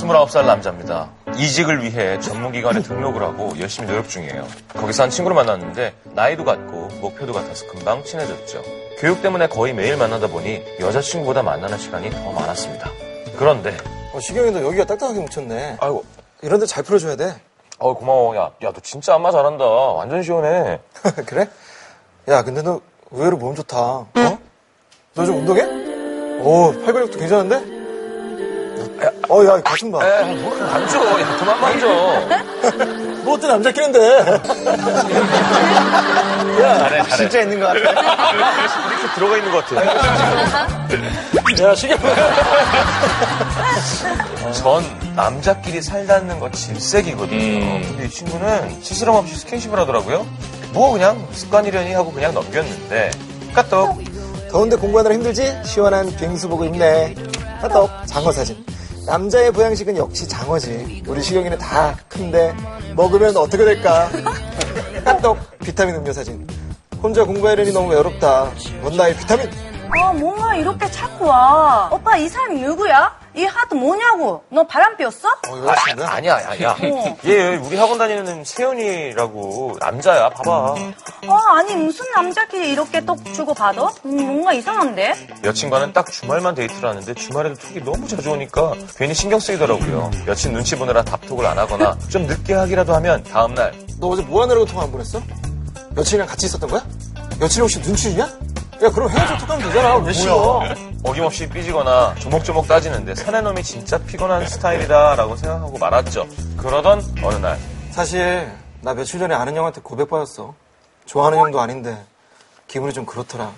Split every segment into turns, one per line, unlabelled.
29살 남자입니다. 이직을 위해 전문기관에 등록을 하고 열심히 노력 중이에요. 거기서 한 친구를 만났는데 나이도 같고 목표도 같아서 금방 친해졌죠. 교육 때문에 거의 매일 만나다 보니 여자친구보다 만나는 시간이 더 많았습니다. 그런데
어, 시경이 너 여기가 딱딱하게 묻혔네.
아이고
이런데 잘 풀어줘야 돼.
어 고마워 야 야 너 진짜 안마 잘한다 완전 시원해
그래? 야, 근데 너 의외로 몸 좋다. 어? 너 좀 운동해? 오, 팔근육도 괜찮은데? 어, 야, 가슴 봐.
에뭐안줘 야 그만 만져
뭐 어때, 남자끼린데?
잘해 잘해
진짜 있는 것 같아.
이렇게 들어가 있는 것 같아
야, 시경아.
전 남자끼리 살다는 거 질색이거든요.
음.
근데 이 친구는 스스럼 없이 스킨십을 하더라고요. 뭐 그냥 습관이려니 하고 그냥 넘겼는데 까떡
더운데 공부하느라 힘들지? 시원한 빙수복을 입네. 카톡 장어 사진. 남자의 보양식은 역시 장어지. 우리 식용이는 다 큰데 먹으면 어떻게 될까? 카톡 비타민 음료 사진. 혼자 공부하려니 너무 외롭다. 뭔 나의 비타민?
아, 뭐가 이렇게 자꾸 와. 오빠, 이 사람이 누구야? 이 하트 뭐냐고. 너 바람 피웠어?
어,
아,
여자친구야?
아니야 아니야
어.
얘 우리 학원 다니는 세윤이라고 남자야 봐봐
어, 아니, 무슨 남자끼리 이렇게 떡 주고 받아? 음, 뭔가 이상한데?
여친과는 딱 주말만 데이트를 하는데 주말에도 톡이 너무 자주 오니까 괜히 신경 쓰이더라고요 여친 눈치 보느라 답톡을 안 하거나 좀 늦게 하기라도 하면 다음날
너 어제 뭐 하느라고 통화 안 보냈어? 여친이랑 같이 있었던 거야? 여친이 혹시 눈치 주냐? 야, 그럼 헤어져 톡하면 되잖아. 왜 싫어?
어김없이 삐지거나 조목조목 따지는데 사내놈이 진짜 피곤한 스타일이다라고 생각하고 말았죠. 그러던 어느 날
사실 나 며칠 전에 아는 형한테 고백받았어. 좋아하는 형도 아닌데 기분이 좀 그렇더라.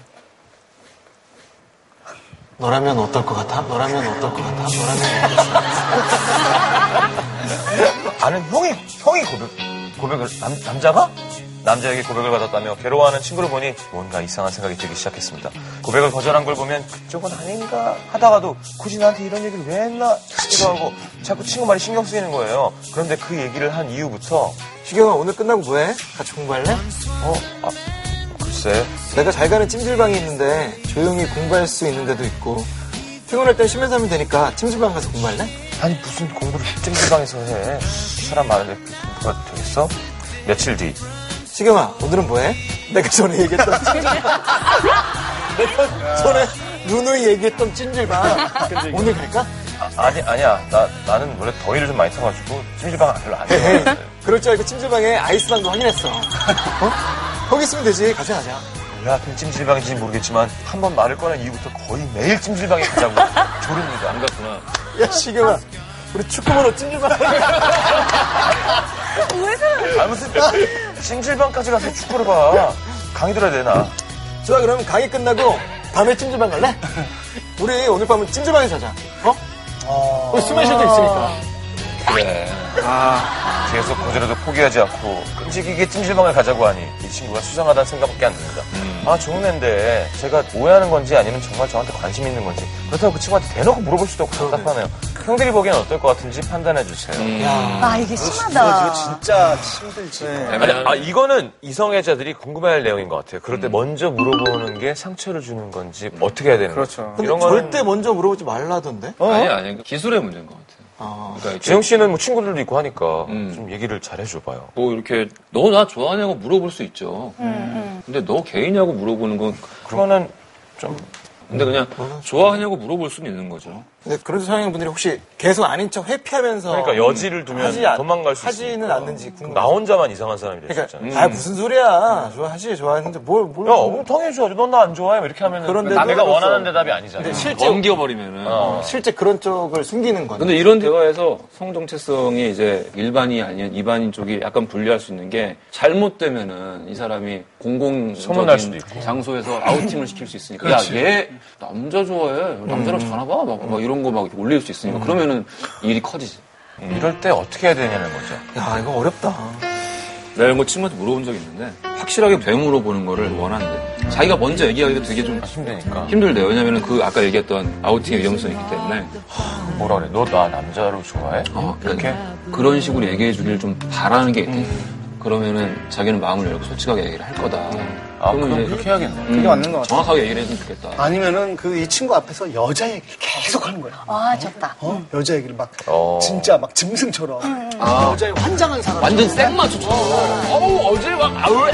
너라면 어떨 것 같아? 너라면 어떨 것 같아? 너라면 어떨 것 같아?
아는 형이 형이 고백 고백을 남, 남자가 남자에게 고백을 받았다며 괴로워하는 친구를 보니 뭔가 이상한 생각이 들기 시작했습니다. 고백을 거절한 걸 보면 그쪽은 아닌가 하다가도 굳이 나한테 이런 얘기를 왜 했나 싶기도 하고 자꾸 친구 말이 신경 쓰이는 거예요. 그런데 그 얘기를 한 이후부터
시경아 오늘 끝나고 뭐해? 같이 공부할래?
어 아, 글쎄
내가 잘 가는 찜질방이 있는데 조용히 공부할 수 있는 데도 있고 퇴근할 땐 쉬면서 하면 되니까 찜질방 가서 공부할래?
아니 무슨 공부를 찜질방에서 해 사람 많은데 그 공부가 되겠어? 며칠 뒤
시경아 오늘은 뭐해? 내가 전에 얘기했던 찜질방 내가 전에 누누이 얘기했던 찜질방 오늘 갈까?
아, 니 아니야 나, 나는 원래 더위를 좀 많이 타가지고 찜질방 별로 안
에이,
해.
네. 그럴 줄 알고 찜질방에 아이스방도 확인했어. 어? 거기 있으면 되지. 가자, 가자.
야, 그 찜질방인지 모르겠지만 한 번 말을 꺼낸 이후부터 거의 매일 찜질방에 가자고 조릅니다.
반갑구나.
야, 시경아. 우리 축구보러 찜질방.
왜 사람,
아, 무슨 찜질방까지 가서 축구를 봐. 강의 들어야 되나?
좋아, 그럼 강의 끝나고 밤에 찜질방 갈래? 우리 오늘 밤은 찜질방에서 자자. 어? 우리 수면 실도 있으니까.
그래. 계속 거절해도 포기하지 않고 끔찍이게 찜질방을 가자고 하니 이 친구가 수상하다는 생각밖에 안 듭니다. 아 좋은 애인데 제가 오해하는 건지 아니면 정말 저한테 관심 있는 건지 그렇다고 그 친구한테 대놓고 물어볼 수도 없고 답답하네요. 형들이 보기엔 어떨 것 같은지 판단해 주세요.
아, 이게 심하다.
진짜 힘들지. 네.
아니, 아, 이거는 이성애자들이 궁금해할 내용인 것 같아요. 그럴 때 먼저 물어보는 게 상처를 주는 건지 어떻게 해야 되는
그렇죠.
건지.
근데
이런 거는
절대 먼저 물어보지 말라던데?
아니야, 아니야. 기술의 문제인 것 같아.
어.
그러니까 이렇게
지영 씨는 뭐 친구들도 있고 하니까
음.
좀 얘기를 잘 해줘봐요.
뭐 이렇게 너 나 좋아하냐고 물어볼 수 있죠.
음,
근데 너 개이냐고 물어보는 건
그거는 좀
근데 그냥 좋아하냐고 물어볼 수는 있는 거죠.
근데 그래도 사랑하는 분들이 혹시 계속 아닌 척 회피하면서
그러니까 여지를 두면
음. 하지 않-
도망갈 수
하지는
있으니까.
않는지 궁금해.
나 혼자만 이상한 사람이 될수
그러니까
있잖아요. 음.
아 무슨 소리야. 좋아하지, 좋아하는데 뭘 뭘.
야, 그럼 당연히 넌나 안 좋아해. 뭐 이렇게 하면
그런데도
내가
그래서-
원하는 대답이 아니잖아. 요
실제
넘겨버리면은.
실제 그런 쪽을 숨기는 거네.
근데 이런 대화에서 성 정체성이 이제 일반이 아닌 이반인 쪽이 약간 불리할 수 있는 게 잘못되면은 이 사람이 공공
소문날 수도 있고.
장소에서 아우팅을 시킬 수 있으니까 야 얘 남자 좋아해 남자랑
음.
자나 봐 막, 막 이런 거 막 올릴 수 있으니까 그러면은 일이 커지지.
음. 이럴 때 어떻게 해야 되냐는 거죠.
야, 이거 어렵다.
내가 이런 거 친구한테 물어본 적이 있는데 확실하게 되물어 보는 거를 원하는데 자기가 먼저 얘기하기가 되게 좀
힘드니까.
힘들대요. 왜냐면은 그 아까 얘기했던 아우팅의 위험성이 있기 때문에
뭐라 그래? 너 나 남자로 좋아해?
어,
이렇게?
그러니까 그런 식으로 얘기해 주길 좀 바라는 게 있대.
음.
그러면은 자기는 마음을 열고 솔직하게 얘기를 할 거다. 음,
아, 그럼 그렇게 해야겠네.
그게 맞는 것 같아.
정확하게 얘기를 했으면 좋겠다.
아니면은 그 이 친구 앞에서 여자 얘기를 계속
계속 하는 거야.
아, 좋다.
어? 여자 얘기를 막
어.
진짜 막 짐승처럼 여자의 환장한 사람.
완전 생마초처럼. 어우, 어제 막, 아우,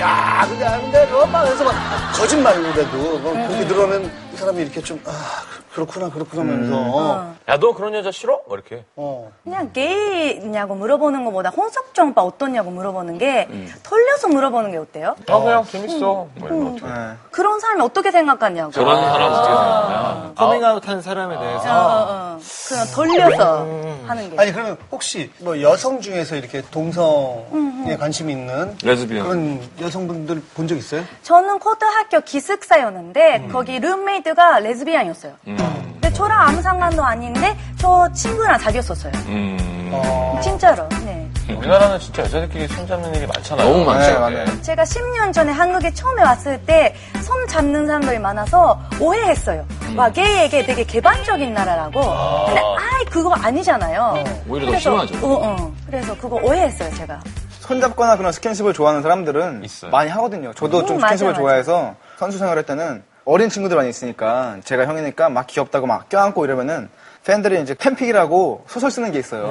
야, 근데 안 돼, 그거 막 해서 막 거짓말로라도 뭐 거기 들어오면 이 사람이 이렇게 좀 아, 그- 그렇구나, 그렇구나 하면서
야, 너 그런 여자 싫어? 뭐 이렇게.
어.
그냥 게이냐고 물어보는 것보다 홍석정 오빠 어떻냐고 물어보는 게 돌려서 물어보는 게 어때요?
음.
음.
아, 그냥 재밌어. 뭐 이런 거.
네.
그런 사람이 어떻게 생각하냐고.
저런 사람 어떻게 생각하냐.
커밍아웃한 사람에 대해서
어, 어, 어. 그냥 돌려서
음.
하는 게.
아니 그러면 혹시 뭐 여성 중에서 이렇게 동성에 관심 있는
레즈비언.
그런 여성분들 본 적 있어요?
저는 고등학교 기숙사였는데
음.
거기 룸메이드가 레즈비언이었어요.
음.
근데 저랑 아무 상관도 아닌데 저 친구랑 사귀었었어요.
음. 아.
진짜로. 네.
우리나라는 진짜 여자들끼리 손 잡는 일이 많잖아요.
너무 많죠.
네, 맞아요.
제가 10년 전에 한국에 처음에 왔을 때 손 잡는 사람들이 많아서 오해했어요.
음.
와 게이에게 되게 개방적인 나라라고. 근데 아이 그거 아니잖아요.
오히려 더 심하죠.
어, 어. 그래서 그거 오해했어요 제가.
손잡거나 그런 스킨십을 좋아하는 사람들은
있어요.
많이 하거든요. 저도
음,
좀
맞아,
스킨십을
맞아.
좋아해서 선수 생활할 때는 어린 친구들 많이 있으니까 제가 형이니까 막 귀엽다고 막 껴안고 이러면은 팬들이 이제 팬픽이라고 소설 쓰는 게 있어요.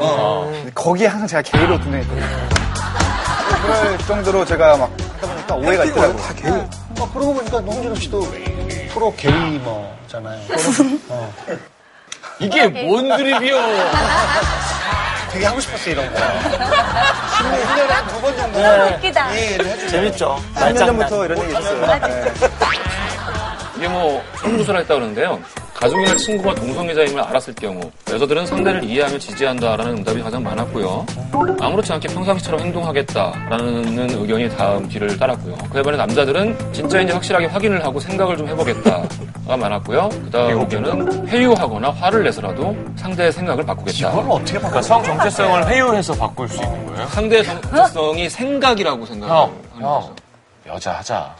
근데 거기에 항상 제가 게으로 등장했거든요. 그럴 정도로 제가 막 하다 보니까 오해가 있더라고요.
다 게이. 음. 아, 음. 그러고 보니까 홍진호 씨도 프로 게이머잖아요. 어.
이게 뭔 드립이요?
되게 하고 싶었어 이런 거. 1년에 한 두 번 정도
너무 웃기다.
네.
이해를 해주세요.
재밌죠.
3년 전부터 이런 얘기
아,
있었어요.
진짜.
이게 뭐, 성조사를 했다 그러는데요. 가족이나 친구가 동성애자임을 알았을 경우, 여자들은 상대를 이해하며 지지한다라는 응답이 가장 많았고요. 아무렇지 않게 평상시처럼 행동하겠다라는 의견이 다음 뒤를 따랐고요. 그에 반해 남자들은 진짜인지 확실하게 확인을 하고 생각을 좀 해보겠다가 많았고요. 그 다음 의견은 회유하거나 화를 내서라도 상대의 생각을 바꾸겠다.
그걸 어떻게 바꿔?
그러니까 성 정체성을 회유해서 바꿀 수 있는 거예요?
상대의 정체성이 생각이라고 생각하는
형,
거죠.
형. 여자 하자.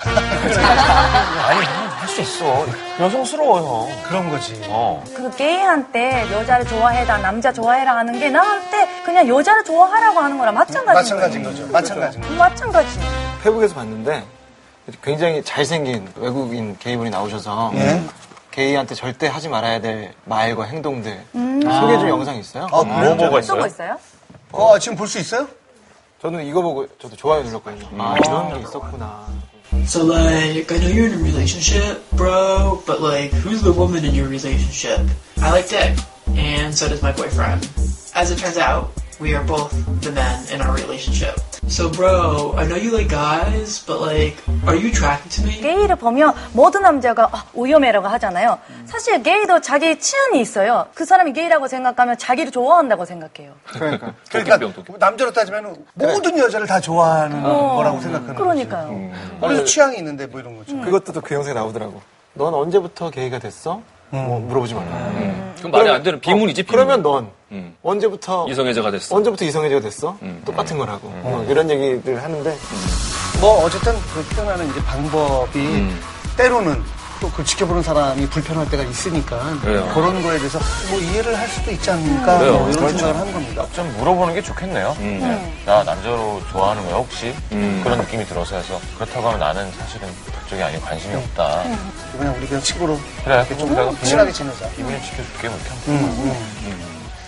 아니, 할 수 있어. 여성스러워, 형.
그런 거지.
어.
그 게이한테 여자를 좋아해라 남자 좋아해라 하는 게 나한테 그냥 여자를 좋아하라고 하는
음,
거랑 마찬가지인 거예요.
마찬가지인 거죠. 마찬가지인 거죠.
마찬가지.
페북에서 봤는데 굉장히 잘생긴 외국인 게이분이 나오셔서
예.
게이한테 절대 하지 말아야 될 말과 행동들
음.
소개해준 영상이 있어요.
아,
뭐
그래요?
뭐가
쓰고
네?
있어요?
있어요?
어, 지금 볼 수 있어요?
저는 이거 보고 저도 좋아요 눌렀거든요. 아 이런 게 있었구나.
So like, I know you're in a relationship, bro, but like, who's the woman in your relationship? I like dick, and so does my boyfriend. As it turns out, we are both the men in our relationship. So bro, I know you like guys, but like, are you attracted to me?
게이를 보면 모든 남자가 아, 오염해라고 하잖아요. 사실 게이도 자기 취향이 있어요. 그 사람이 게이라고 생각하면 자기를 좋아한다고 생각해요.
그러니까.
그러니까
도끼병, 도끼병.
남자로 따지면 모든 여자를 다 좋아하는 거라고 생각하는
음. 그러니까요.
거지. 그래서 취향이 있는데 뭐 이런 거죠.
그것도 또 그 영상에 나오더라고. 넌 언제부터 게이가 됐어?
음.
뭐 물어보지 말라.
그럼 말이 안 되는 비문이지, 비문.
그러면 넌
음.
언제부터
이성애자가 됐어. 음.
언제부터 이성애자가 됐어? 똑같은 거라고. 뭐 이런 얘기를 하는데
뭐 어쨌든 그 표현하는 이제 방법이
음.
때로는 또 그 지켜보는 사람이 불편할 때가 있으니까
그래요.
그런 거에 대해서 뭐 이해를 할 수도 있지 않을까
그래요. 그렇죠.
뭐 이런 생각을 한 겁니다.
좀 물어보는 게 좋겠네요. 네. 나 남자로 좋아하는 거야 혹시 그런 느낌이 들어서 해서 그렇다고 하면 나는 사실은 그쪽이 아니고 관심이 없다.
그냥 우리 그냥 친구로
그래, 그좀 내가
친하게 지내자.
기분을 지켜줄게 뭐 이렇게. 하면.
음, 음.